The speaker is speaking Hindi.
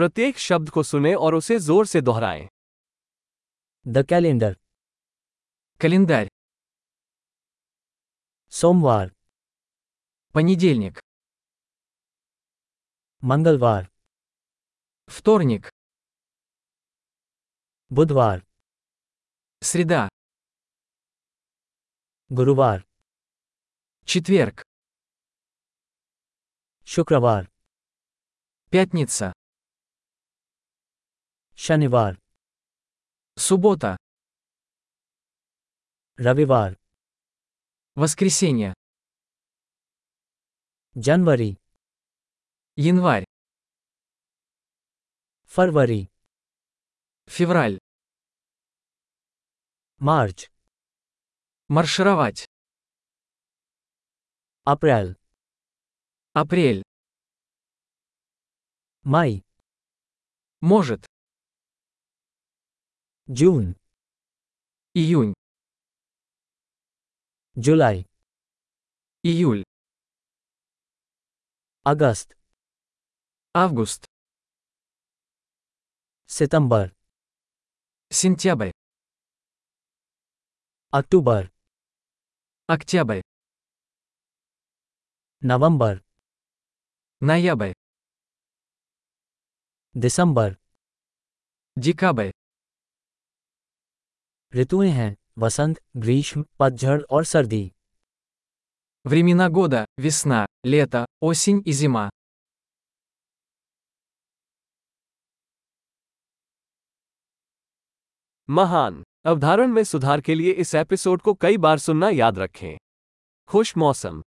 प्रत्येक शब्द को सुने और उसे जोर से दोहराएं The calendar. कैलेंडर सोमवार понедельник मंगलवार вторник बुधवार среда गुरुवार четверг शुक्रवार пятница शनिवार суббота रविवार воскресенье जनवरी январь फरवरी февраль मार्च маршировать अप्रैल апрель मई может जून июнь जुलाई июль अगस्त август सितंबर сентябрь अक्टूबर октябрь नवंबर ноябрь दिसंबर декабрь ऋतुएं हैं वसंत ग्रीष्म पतझड़ और सर्दी времена года весна лето осень и зима महान अवधारण में सुधार के लिए इस एपिसोड को कई बार सुनना याद रखें खुश मौसम